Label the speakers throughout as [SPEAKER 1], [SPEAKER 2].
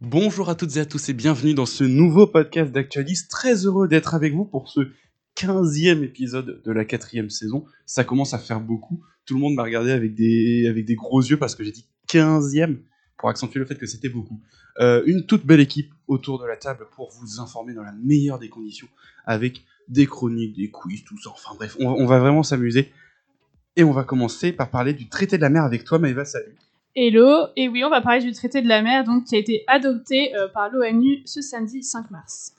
[SPEAKER 1] Bonjour à toutes et à tous et bienvenue dans ce nouveau podcast d'Actualis. Très heureux d'être avec vous pour ce 15e épisode de la quatrième saison. Ça commence à faire beaucoup. Tout le monde m'a regardé avec des, avec des gros yeux parce que j'ai dit 15e pour accentuer le fait que c'était beaucoup. Euh, une toute belle équipe autour de la table pour vous informer dans la meilleure des conditions avec des chroniques, des quiz, tout ça. Enfin bref, on, on va vraiment s'amuser. Et on va commencer par parler du traité de la mer avec toi, Maëva. Salut.
[SPEAKER 2] Hello, et oui, on va parler du traité de la mer donc, qui a été adopté euh, par l'ONU ce samedi 5 mars.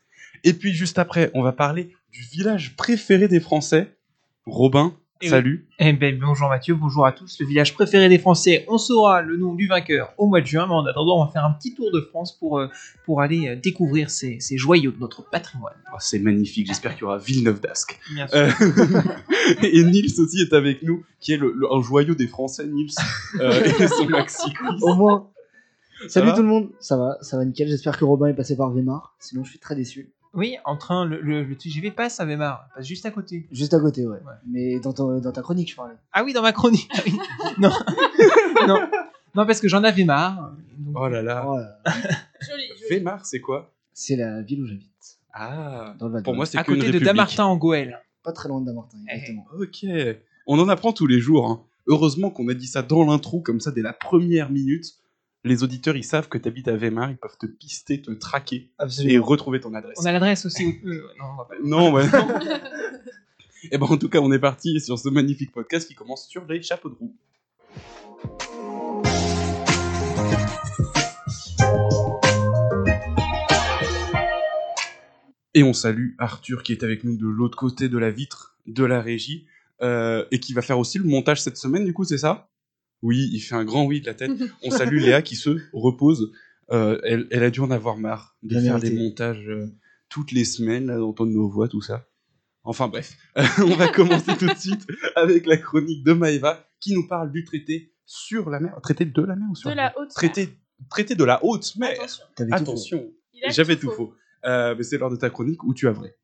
[SPEAKER 1] Et puis juste après, on va parler du village préféré des Français. Robin,
[SPEAKER 3] Et oui.
[SPEAKER 1] salut.
[SPEAKER 3] Eh ben bonjour Mathieu, bonjour à tous. Le village préféré des Français, on saura le nom du vainqueur au mois de juin, mais en attendant, on va faire un petit tour de France pour, euh, pour aller euh, découvrir ces, ces joyaux de notre patrimoine.
[SPEAKER 1] Oh, c'est magnifique, j'espère qu'il y aura Villeneuve d'Ascq.
[SPEAKER 3] Bien
[SPEAKER 1] Euh, et Nils aussi est avec nous, qui est le, le- un joyau des Français, Nils, euh, et son maxi quiz.
[SPEAKER 4] Au moins. Salut
[SPEAKER 1] va
[SPEAKER 4] tout le monde. Ça va, ça va nickel. J'espère que Robin est passé par Weimar. Sinon, je suis très déçu.
[SPEAKER 3] Oui, en train, le, le, le TGV passe à Weimar, passe juste à côté.
[SPEAKER 4] Juste à côté, ouais.
[SPEAKER 3] Ouais.
[SPEAKER 4] Mais dans, ton- dans ta chronique, je parlais.
[SPEAKER 3] Ah oui, dans ma chronique. Ah oui. non. non, non, parce que j'en avais marre. Donc,
[SPEAKER 1] Oh là là.
[SPEAKER 4] Oh là là.
[SPEAKER 2] Joli,
[SPEAKER 1] Weimar, c'est quoi
[SPEAKER 4] C'est la ville où j'habite.
[SPEAKER 1] Ah,
[SPEAKER 4] Dans le Val
[SPEAKER 1] pour moi, Eh, c'est
[SPEAKER 3] à
[SPEAKER 1] qu'une
[SPEAKER 3] côté de
[SPEAKER 1] république.
[SPEAKER 3] Damartin en Goële.
[SPEAKER 4] Pas très loin de Damartin, exactement.
[SPEAKER 1] Ok, on en apprend tous les jours. hein. Heureusement qu'on a dit ça dans l'intro, comme ça, dès la première minute. Les auditeurs, ils savent que t'habites à Weimar, ils peuvent te pister, te traquer et
[SPEAKER 4] Absolument.
[SPEAKER 1] retrouver ton adresse.
[SPEAKER 3] On a l'adresse aussi. Euh, non, on va pas-
[SPEAKER 1] Non, ouais, non. Et ben en tout cas, on est parti sur ce magnifique podcast qui commence sur les chapeaux de roue. Et on salue Arthur qui est avec nous de l'autre côté de la vitre de la régie euh, et qui va faire aussi le montage cette semaine, du coup, c'est ça Oui, il fait un grand oui de la tête. On salue Léa qui se repose. Euh, elle, elle a dû en avoir marre de
[SPEAKER 4] Bien
[SPEAKER 1] faire
[SPEAKER 4] mérité.
[SPEAKER 1] des montages euh, toutes les semaines, là, d'entendre nos voix, tout ça. Enfin bref, on va commencer tout de suite avec la chronique de Maeva qui nous parle du traité sur la mer. Traité de la mer ou sur
[SPEAKER 2] De la haute
[SPEAKER 1] traité, traité de la haute
[SPEAKER 2] mer.
[SPEAKER 1] mer.
[SPEAKER 2] Attention.
[SPEAKER 4] T'avais tout
[SPEAKER 1] Attention.
[SPEAKER 2] Il a
[SPEAKER 1] J'avais tout faux. Euh, mais c'est l'heure de ta chronique où tu as vrai.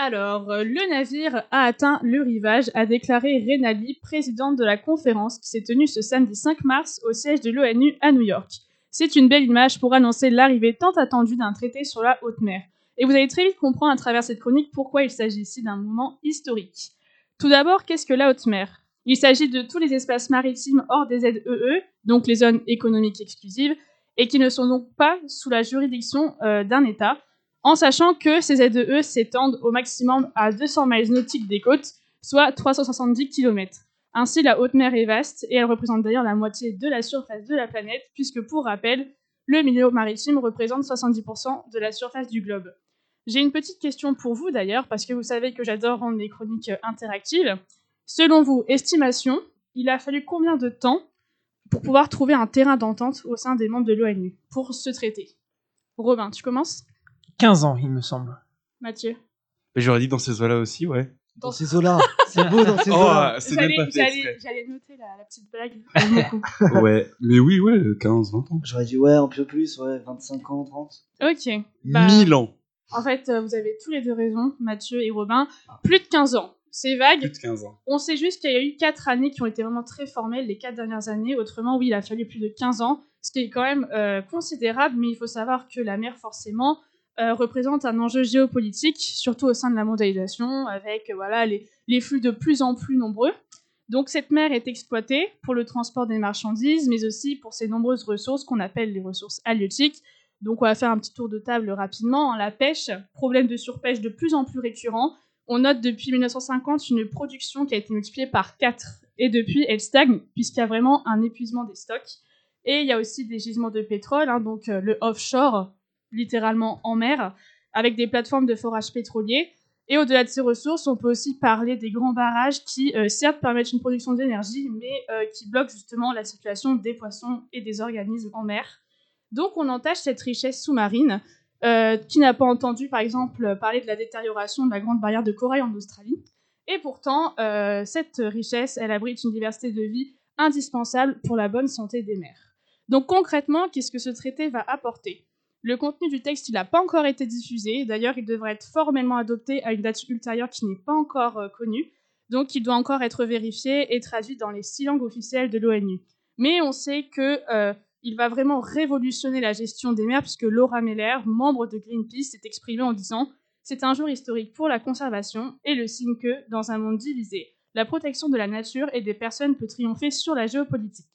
[SPEAKER 2] Alors, euh, le navire a atteint le rivage, a déclaré Renali, présidente de la conférence qui s'est tenue ce samedi 5 mars au siège de l'ONU à New York. C'est une belle image pour annoncer l'arrivée tant attendue d'un traité sur la haute mer. Et vous allez très vite comprendre à travers cette chronique pourquoi il s'agit ici d'un moment historique. Tout d'abord, qu'est-ce que la haute mer Il s'agit de tous les espaces maritimes hors des ZEE, donc les zones économiques exclusives, et qui ne sont donc pas sous la juridiction euh, d'un État, en sachant que ces ZEE s'étendent au maximum à 200 miles nautiques des côtes, soit 370 km. Ainsi, la haute mer est vaste et elle représente d'ailleurs la moitié de la surface de la planète, puisque pour rappel, le milieu maritime représente 70% de la surface du globe. J'ai une petite question pour vous d'ailleurs, parce que vous savez que j'adore rendre les chroniques euh, interactives. Selon vous, estimation, il a fallu combien de temps pour pouvoir trouver un terrain d'entente au sein des membres de l'ONU pour ce traité Robin, tu commences
[SPEAKER 3] 15 ans, il me semble.
[SPEAKER 2] Mathieu
[SPEAKER 1] Mais j'aurais dit dans ces eaux-là aussi, ouais.
[SPEAKER 4] Dans ces eaux-là. C'est beau dans ces
[SPEAKER 1] Oh,
[SPEAKER 4] eaux-là.
[SPEAKER 1] c'est même
[SPEAKER 2] J'allais-
[SPEAKER 1] pas fait
[SPEAKER 2] J'allais
[SPEAKER 1] exprès.
[SPEAKER 2] j'allais noter la, la petite blague.
[SPEAKER 1] Ouais, mais oui, ouais, 15, 20 ans.
[SPEAKER 4] J'aurais dit, ouais, un peu plus, ouais, 25 ans, 30.
[SPEAKER 2] ok. Bah-
[SPEAKER 1] 1000 ans.
[SPEAKER 2] En fait, euh, vous avez tous les deux raison, Mathieu et Robin. Plus de 15 ans. C'est vague.
[SPEAKER 1] Plus de 15 ans.
[SPEAKER 2] On sait juste qu'il y a eu 4 années qui ont été vraiment très formelles, les 4 dernières années. Autrement, oui, il a fallu plus de 15 ans, ce qui est quand même euh, considérable, mais il faut savoir que la mer, forcément, euh, représente un enjeu géopolitique, surtout au sein de la mondialisation, avec euh, voilà, les, les flux de plus en plus nombreux. Donc cette mer est exploitée pour le transport des marchandises, mais aussi pour ses nombreuses ressources qu'on appelle les ressources halieutiques. Donc on va faire un petit tour de table rapidement. La pêche, problème de surpêche de plus en plus récurrent. On note depuis 1950 une production qui a été multipliée par 4 et depuis elle stagne puisqu'il y a vraiment un épuisement des stocks. Et il y a aussi des gisements de pétrole, hein, donc euh, le offshore, littéralement en mer, avec des plateformes de forage pétrolier. Et au-delà de ces ressources, on peut aussi parler des grands barrages qui, euh, certes, permettent une production d'énergie, mais euh, qui bloquent justement la circulation des poissons et des organismes en mer. Donc on entache cette richesse sous-marine. euh, qui n'a pas entendu, par exemple, euh, parler de la détérioration de la grande barrière de corail en Australie. Et pourtant, euh, cette richesse, elle abrite une diversité de vie indispensable pour la bonne santé des mers. Donc concrètement, qu'est-ce que ce traité va apporter Le contenu du texte, il n'a pas encore été diffusé. D'ailleurs, il devrait être formellement adopté à une date ultérieure qui n'est pas encore euh, connue. Donc, il doit encore être vérifié et traduit dans les six langues officielles de l'ONU. Mais on sait que euh, il va vraiment révolutionner la gestion des mers, puisque Laura Meller, membre de Greenpeace, s'est exprimée en disant C'est un jour historique pour la conservation et le signe que, dans un monde divisé, la protection de la nature et des personnes peut triompher sur la géopolitique.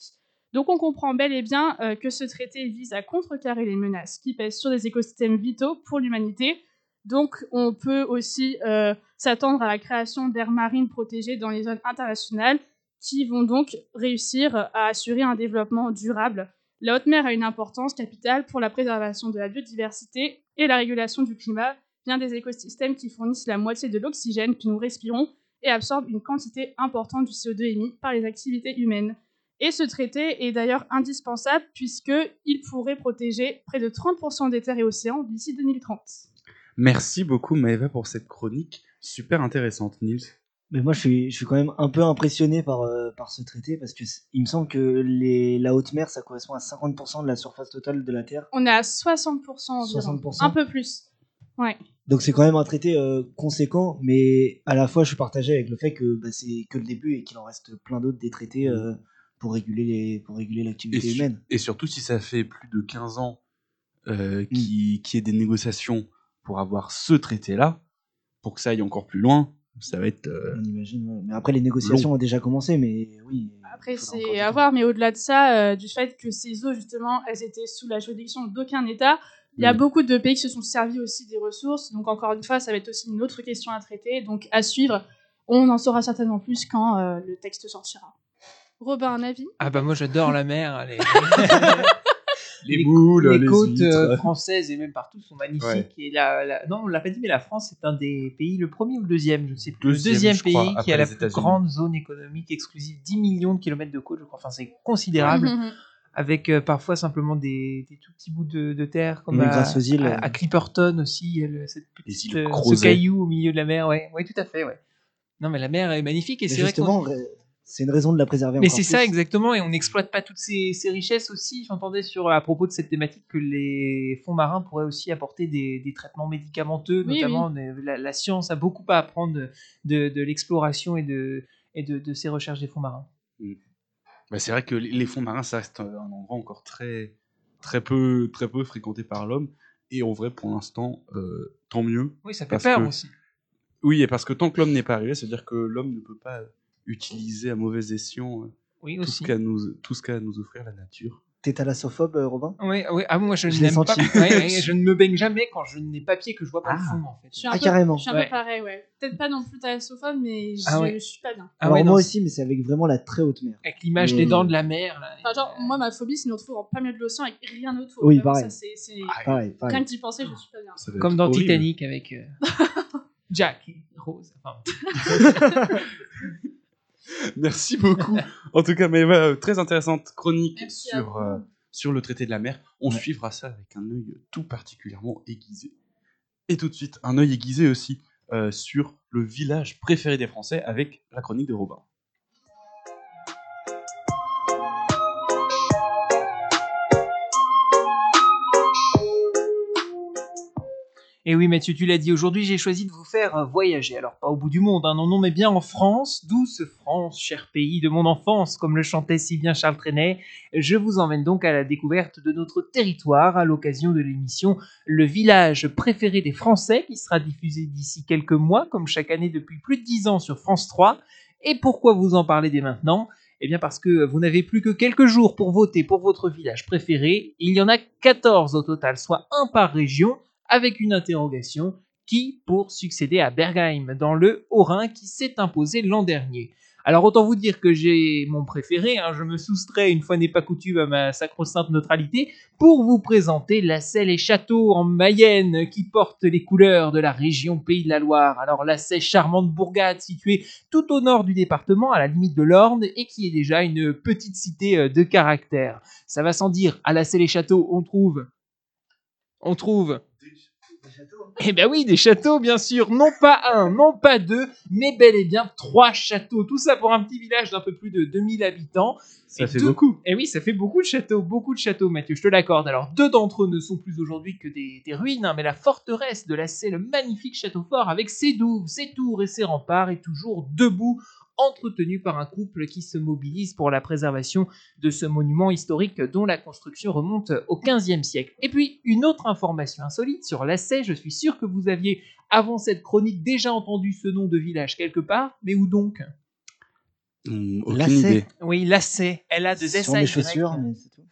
[SPEAKER 2] Donc on comprend bel et bien euh, que ce traité vise à contrecarrer les menaces qui pèsent sur des écosystèmes vitaux pour l'humanité. Donc on peut aussi euh, s'attendre à la création d'aires marines protégées dans les zones internationales qui vont donc réussir à assurer un développement durable. La haute mer a une importance capitale pour la préservation de la biodiversité et la régulation du climat, bien des écosystèmes qui fournissent la moitié de l'oxygène que nous respirons et absorbent une quantité importante du CO2 émis par les activités humaines. Et ce traité est d'ailleurs indispensable puisqu'il pourrait protéger près de 30% des terres et océans d'ici 2030.
[SPEAKER 1] Merci beaucoup Maëva pour cette chronique super intéressante, Nils.
[SPEAKER 4] Mais moi, je suis, je suis quand même un peu impressionné par, euh, par ce traité parce que c- il me semble que les, la haute mer, ça correspond à 50% de la surface totale de la Terre.
[SPEAKER 2] On est à 60% environ.
[SPEAKER 4] 60%.
[SPEAKER 2] Un peu plus. Ouais.
[SPEAKER 4] Donc c'est quand même un traité euh, conséquent, mais à la fois, je suis partagé avec le fait que bah, c'est que le début et qu'il en reste plein d'autres des traités euh, pour réguler les, pour réguler l'activité
[SPEAKER 1] Et su-
[SPEAKER 4] humaine.
[SPEAKER 1] Et surtout, si ça fait plus de 15 ans
[SPEAKER 3] Mm.
[SPEAKER 1] euh, qui- qu'il y ait des négociations pour avoir ce traité-là, pour que ça aille encore plus loin, ça va être. euh,
[SPEAKER 4] On imagine. ouais. Mais après, les négociations ont déjà commencé, mais oui.
[SPEAKER 2] Après,
[SPEAKER 4] il faudra encore
[SPEAKER 2] c'est
[SPEAKER 4] du
[SPEAKER 2] à
[SPEAKER 4] temps.
[SPEAKER 2] voir, mais au-delà de ça, euh, du fait que ces eaux, justement, elles étaient sous la juridiction d'aucun État, il y a
[SPEAKER 1] Mm.
[SPEAKER 2] beaucoup de pays qui se sont servis aussi des ressources. Donc, encore une fois, ça va être aussi une autre question à traiter. Donc, à suivre, on en saura certainement plus quand euh, le texte sortira. Robin, un avis
[SPEAKER 3] Ah bah moi j'adore la mer, les,
[SPEAKER 1] Les moules,
[SPEAKER 3] les,
[SPEAKER 1] les
[SPEAKER 3] côtes euh,
[SPEAKER 1] huîtres.
[SPEAKER 3] françaises et même partout sont magnifiques.
[SPEAKER 1] Ouais.
[SPEAKER 3] Et la, la- non, on l'a pas dit, mais la France est un des pays, le premier ou le deuxième, je ne sais plus, le
[SPEAKER 1] Deuxième,
[SPEAKER 3] deuxième
[SPEAKER 1] je
[SPEAKER 3] pays
[SPEAKER 1] crois,
[SPEAKER 3] qui
[SPEAKER 1] après
[SPEAKER 3] a la
[SPEAKER 1] les
[SPEAKER 3] plus
[SPEAKER 1] États-Unis.
[SPEAKER 3] grande zone économique exclusive, 10 millions de kilomètres de côte, je crois. Enfin, c'est
[SPEAKER 4] Ah,
[SPEAKER 3] considérable,
[SPEAKER 2] Mhm.
[SPEAKER 3] avec euh, parfois simplement des, des tout petits bouts de, de terre, comme
[SPEAKER 4] Mmh,
[SPEAKER 3] à,
[SPEAKER 4] grâce aux îles,
[SPEAKER 3] Bah, à-
[SPEAKER 4] euh.
[SPEAKER 3] à Clipperton aussi, euh, le- cette
[SPEAKER 1] Les
[SPEAKER 3] petite,
[SPEAKER 1] îles
[SPEAKER 3] euh, ce
[SPEAKER 1] Crozet.
[SPEAKER 3] caillou au milieu de la mer. Ouais, ouais, tout à fait. Ouais. Non, mais la mer est magnifique et
[SPEAKER 4] Mais
[SPEAKER 3] c'est vrai qu'on
[SPEAKER 4] justement, ré- c'est une raison de la préserver.
[SPEAKER 3] mais
[SPEAKER 4] encore
[SPEAKER 3] c'est ça
[SPEAKER 4] plus.
[SPEAKER 3] exactement, et on n'exploite pas toutes ces, ces richesses aussi. J'entendais sur à propos de cette thématique que les fonds marins pourraient aussi apporter des, des traitements médicamenteux,
[SPEAKER 2] Oui,
[SPEAKER 3] notamment mais La, la science a beaucoup à apprendre de, de, de l'exploration et de et de, de ces recherches des fonds marins.
[SPEAKER 1] Bah, c'est vrai que les les fonds marins, ça reste euh, un endroit encore très, très, peu, très peu fréquenté par l'homme. Et en vrai, pour l'instant, euh, tant mieux.
[SPEAKER 3] Oui, ça fait
[SPEAKER 1] Parce
[SPEAKER 3] peur
[SPEAKER 1] que-
[SPEAKER 3] aussi.
[SPEAKER 1] Oui, et parce que tant que l'homme n'est pas arrivé, c'est-à-dire que l'homme ne peut pas utiliser à mauvais escient euh,
[SPEAKER 3] Oui,
[SPEAKER 1] tout ce
[SPEAKER 3] aussi.
[SPEAKER 1] qu'a nous, tout ce qu'a à nous offrir la nature.
[SPEAKER 4] T'es thalassophobe, euh, Robin
[SPEAKER 3] Oui, oui. Ah, moi, je,
[SPEAKER 4] Je l'ai
[SPEAKER 3] n'aime pas.
[SPEAKER 4] senti.
[SPEAKER 3] Ouais, ouais, je ne me baigne jamais quand je n'ai pas pied que je vois pas le
[SPEAKER 4] Ah.
[SPEAKER 3] fond. En fait.
[SPEAKER 2] Je suis un,
[SPEAKER 4] Ah,
[SPEAKER 2] peu,
[SPEAKER 4] carrément.
[SPEAKER 2] je suis un
[SPEAKER 3] Ouais.
[SPEAKER 2] peu pareil, ouais. Peut-être pas non plus thalassophone, mais je,
[SPEAKER 3] Ah ouais.
[SPEAKER 2] je suis pas bien.
[SPEAKER 3] Ah
[SPEAKER 4] Alors
[SPEAKER 3] ouais, non,
[SPEAKER 4] moi aussi, mais c'est avec vraiment la très haute mer.
[SPEAKER 3] Avec l'image des
[SPEAKER 4] Mais-
[SPEAKER 3] dents de la mer. là.
[SPEAKER 2] Enfin, genre, moi, ma phobie, c'est de me retrouver en plein milieu de l'océan avec rien autour.
[SPEAKER 4] Oui,
[SPEAKER 2] Vraiment,
[SPEAKER 4] pareil. Ah,
[SPEAKER 2] ça, c'est- c'est-
[SPEAKER 4] Pareil, pareil.
[SPEAKER 2] Rien que d'y penser, je suis pas bien.
[SPEAKER 1] Ça doit
[SPEAKER 3] Comme
[SPEAKER 1] être
[SPEAKER 3] dans
[SPEAKER 1] horrible.
[SPEAKER 3] Titanic avec euh, Jack et Rose. Enfin,
[SPEAKER 1] Merci beaucoup. en tout cas, Maëva, euh, très intéressante chronique
[SPEAKER 2] Merci à
[SPEAKER 1] sur, euh, sur le traité de la mer. On
[SPEAKER 4] Ouais.
[SPEAKER 1] suivra ça avec un œil tout particulièrement aiguisé. Et tout de suite, un œil aiguisé aussi euh, sur le village préféré des Français avec la chronique de Robin.
[SPEAKER 3] Et oui, Mathieu, tu l'as dit, aujourd'hui j'ai choisi de vous faire euh, voyager. Alors, pas au bout du monde, hein, non, non, mais bien en France, douce France, cher pays de mon enfance, comme le chantait si bien Charles Trenet. Je vous emmène donc à la découverte de notre territoire à l'occasion de l'émission Le village préféré des Français, qui sera diffusée d'ici quelques mois, comme chaque année depuis plus de 10 ans sur France 3. Et pourquoi vous en parler dès maintenant eh bien parce que vous n'avez plus que quelques jours pour voter pour votre village préféré. Il y en a 14 au total, soit un par région avec une interrogation qui pour succéder à Bergheim dans le Haut-Rhin qui s'est imposé l'an dernier. Alors autant vous dire que j'ai mon préféré, hein, je me soustrais une fois n'est pas coutume à ma sacro-sainte neutralité pour vous présenter la Selle et Château en Mayenne qui porte les couleurs de la région Pays de la Loire. Alors la Selle charmante bourgade située tout au nord du département à la limite de l'Orne et qui est déjà une petite cité euh, de caractère. Ça va sans dire, à la Selle et Château on trouve on trouve Eh bien oui, des châteaux, bien sûr. Non pas un, non pas deux, mais bel et bien trois châteaux. Tout ça pour un petit village d'un peu plus de 2000 habitants.
[SPEAKER 1] Ça
[SPEAKER 3] Et
[SPEAKER 1] fait
[SPEAKER 3] tout-
[SPEAKER 1] beaucoup.
[SPEAKER 3] Eh oui, ça fait beaucoup de châteaux, beaucoup de châteaux, Mathieu, je te l'accorde. Alors, deux d'entre eux ne sont plus aujourd'hui que des, des ruines, hein, mais la forteresse de la Sée, le magnifique château fort avec ses douves, ses tours et ses remparts, est toujours debout, entretenu par un couple qui se mobilise pour la préservation de ce monument historique dont la construction remonte au XVe siècle. Et puis, une autre information insolite sur la Sée, je suis sûr que vous aviez, avant cette chronique, déjà entendu ce nom de village quelque part, mais où donc
[SPEAKER 1] Hum, aucune
[SPEAKER 4] Là, c'est-
[SPEAKER 1] idée.
[SPEAKER 3] Oui, la Sée, elle a de
[SPEAKER 4] Ce sont mes
[SPEAKER 2] euh,
[SPEAKER 4] chaussures, mais c'est tout.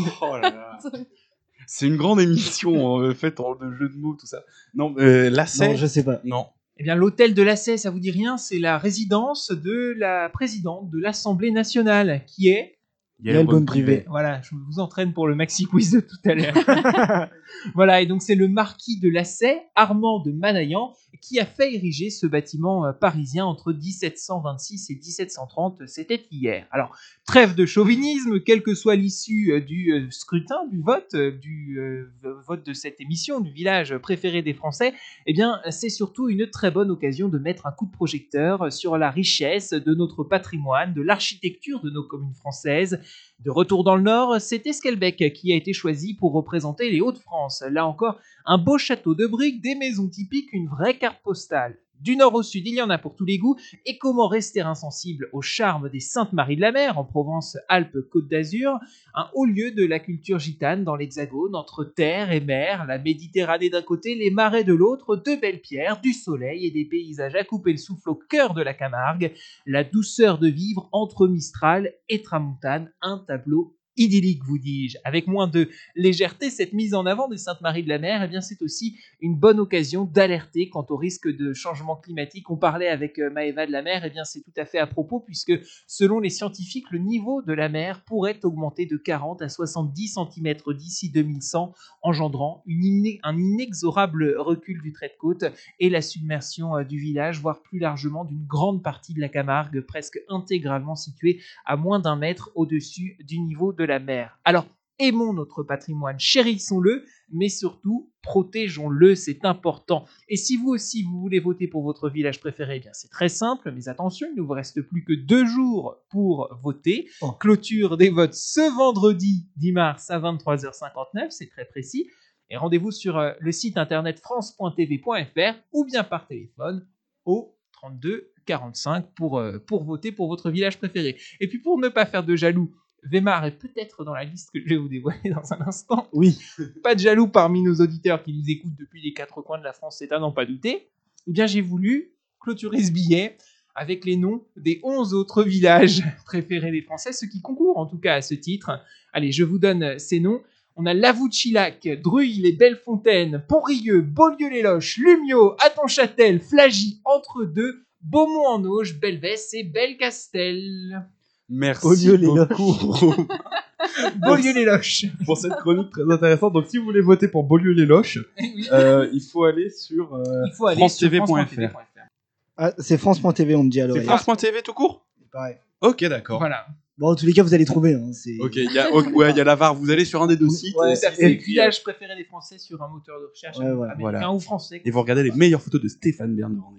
[SPEAKER 1] Oh C'est une grande émission en fait en de jeux de mots tout ça. Non, euh, là
[SPEAKER 4] Non,
[SPEAKER 1] c'est
[SPEAKER 4] je sais pas.
[SPEAKER 1] non.
[SPEAKER 3] Eh bien, l'hôtel de Lassay, ça vous dit rien C'est la résidence de la présidente de l'Assemblée nationale, qui est.
[SPEAKER 1] Il
[SPEAKER 4] Yael Braun Privé.
[SPEAKER 3] Voilà, je vous entraîne pour le maxi quiz de tout à l'heure. voilà, et donc c'est le marquis de Lassay, Armand de Manaillan, qui a fait ériger ce bâtiment euh, parisien entre 1726 et 1730. C'était hier. Alors, trêve de chauvinisme, quelle que soit l'issue euh, du euh, scrutin, du vote, euh, du euh, vote de cette émission, du village préféré des Français eh bien, c'est surtout une très bonne occasion de mettre un coup de projecteur sur la richesse de notre patrimoine, de l'architecture de nos communes françaises. De retour dans le Nord, c'est Esquelbec qui a été choisi pour représenter les Hauts-de-France. Là encore, un beau château de briques, des maisons typiques, une vraie carte postale. Du nord au sud, il y en a pour tous les goûts. Et comment rester insensible au charme des Saintes-Maries de la Mer, en Provence-Alpes-Côte d'Azur un haut lieu de la culture gitane dans l'Hexagone, entre terre et mer, la Méditerranée d'un côté, les marais de l'autre, de belles pierres, du soleil et des paysages à couper le souffle au cœur de la Camargue, la douceur de vivre entre Mistral et Tramontane, un tableau idyllique, vous dis-je. Avec moins de légèreté, cette mise en avant des Saintes-Maries de la Mer, eh bien c'est aussi une bonne occasion d'alerter quant au risque de changement climatique. On parlait avec euh, Maëva de la Mer, eh bien c'est tout à fait à propos, puisque Selon les scientifiques, le niveau de la mer pourrait augmenter de 40 à 70 cm d'ici 2100, engendrant une iné- un inexorable recul du trait de côte et la submersion euh, du village, voire plus largement d'une grande partie de la Camargue, presque intégralement située à moins d'un mètre au-dessus du niveau de la mer. Alors, aimons notre patrimoine, chérissons-le, mais surtout, protégeons-le, c'est important. Et si vous aussi vous voulez voter pour votre village préféré, eh bien c'est très simple, mais attention, il ne vous reste plus que deux jours pour voter.
[SPEAKER 4] Oh.
[SPEAKER 3] Clôture des votes ce vendredi 10 mars à 23h59, c'est très précis. Et rendez-vous sur euh, le site internet france.tv.fr ou bien par téléphone au 32 45 pour, euh, pour voter pour votre village préféré. Et puis pour ne pas faire de jaloux, Vémar est peut-être dans la liste que je vais vous dévoiler dans un instant
[SPEAKER 4] Oui,
[SPEAKER 3] pas de jaloux parmi nos auditeurs qui nous écoutent depuis les quatre coins de la France, c'est à n'en pas douter, eh bien j'ai voulu clôturer ce billet avec les noms des 11 autres villages préférés des Français, ceux qui concourent en tout cas à ce titre. Allez, je vous donne ces noms. On a Lavouchilac, Druy, les Bellefontaines, Pontrieux, Beaulieu-les-Loches, Lumio, Attenchâtel, Flagy, Entre-deux, Beaumont-en-Auge, Belvès et Belcastel.
[SPEAKER 1] Merci
[SPEAKER 4] Au lieu, les
[SPEAKER 1] beaucoup
[SPEAKER 3] Beaulieu-les-Loches.
[SPEAKER 1] pour cette chronique très intéressante. Donc si vous voulez voter pour Beaulieu les Loches,
[SPEAKER 3] Oui,
[SPEAKER 1] euh, il faut aller sur euh,
[SPEAKER 3] Il faut aller sur
[SPEAKER 1] francetv.fr.
[SPEAKER 3] francetv.fr.
[SPEAKER 4] Ah, c'est France.tv, on me dit à
[SPEAKER 1] c'est
[SPEAKER 4] l'oreille.
[SPEAKER 1] France.tv tout court.
[SPEAKER 4] C'est pareil.
[SPEAKER 1] Ok d'accord.
[SPEAKER 3] Voilà.
[SPEAKER 4] Bon, en tous les cas, vous allez trouver. hein, c'est-
[SPEAKER 1] Ok, il y a ok, ouais, il y a la VAR. Vous allez sur un des deux
[SPEAKER 4] Oui,
[SPEAKER 1] sites
[SPEAKER 4] ouais, hein.
[SPEAKER 1] et
[SPEAKER 3] C'est
[SPEAKER 1] c'est
[SPEAKER 3] le
[SPEAKER 1] écrit, euh,
[SPEAKER 3] village préféré des Français sur un moteur de recherche
[SPEAKER 4] Ouais, voilà.
[SPEAKER 3] américain
[SPEAKER 1] Voilà.
[SPEAKER 3] ou français.
[SPEAKER 1] et vous regardez les meilleures photos de Stéphane Bernard.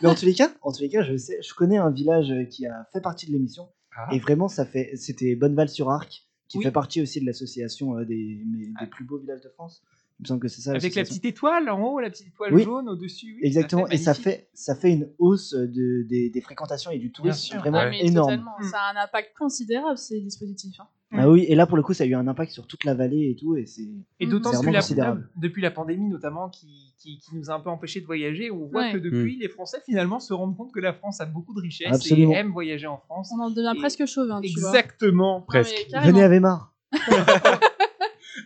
[SPEAKER 4] Mais en tous les cas, en tous les cas, je sais, je connais un village euh, qui a fait partie de l'émission.
[SPEAKER 3] Ah.
[SPEAKER 4] Et vraiment, ça fait, c'était Bonneval-sur-Arc, qui
[SPEAKER 3] Oui.
[SPEAKER 4] fait partie aussi de l'association euh, des, mais- des
[SPEAKER 3] Ah.
[SPEAKER 4] plus beaux villages de France. Il me semble que c'est ça.
[SPEAKER 3] Avec la
[SPEAKER 4] l'association.
[SPEAKER 3] petite étoile en haut, la petite étoile
[SPEAKER 4] Oui.
[SPEAKER 3] jaune au-dessus. oui, tout à
[SPEAKER 4] Exactement. et ça
[SPEAKER 3] magnifique.
[SPEAKER 4] fait, ça fait une hausse euh, de, des, des fréquentations et du tourisme
[SPEAKER 3] sûr.
[SPEAKER 4] vraiment
[SPEAKER 2] Ah, mais
[SPEAKER 4] énorme.
[SPEAKER 2] totalement. Ça a un impact considérable ces dispositifs. hein.
[SPEAKER 4] Ah oui, et là pour le coup, ça a eu un impact sur toute la vallée et tout, et c'est.
[SPEAKER 2] Mmh.
[SPEAKER 3] Et d'autant
[SPEAKER 4] C'est
[SPEAKER 3] que
[SPEAKER 4] vraiment
[SPEAKER 3] la-
[SPEAKER 4] considérable.
[SPEAKER 3] depuis la pandémie notamment qui, qui, qui nous a un peu empêché de voyager, on voit
[SPEAKER 2] Ouais.
[SPEAKER 3] que depuis les Français finalement se rendent compte que la France a beaucoup de richesses
[SPEAKER 4] Absolument.
[SPEAKER 3] et aiment voyager en France.
[SPEAKER 2] On en devient
[SPEAKER 3] Et-
[SPEAKER 2] presque chauvin, tu vois.
[SPEAKER 3] Exactement.
[SPEAKER 2] Non, mais
[SPEAKER 1] presque.
[SPEAKER 2] carrément.
[SPEAKER 4] Venez à Weimar.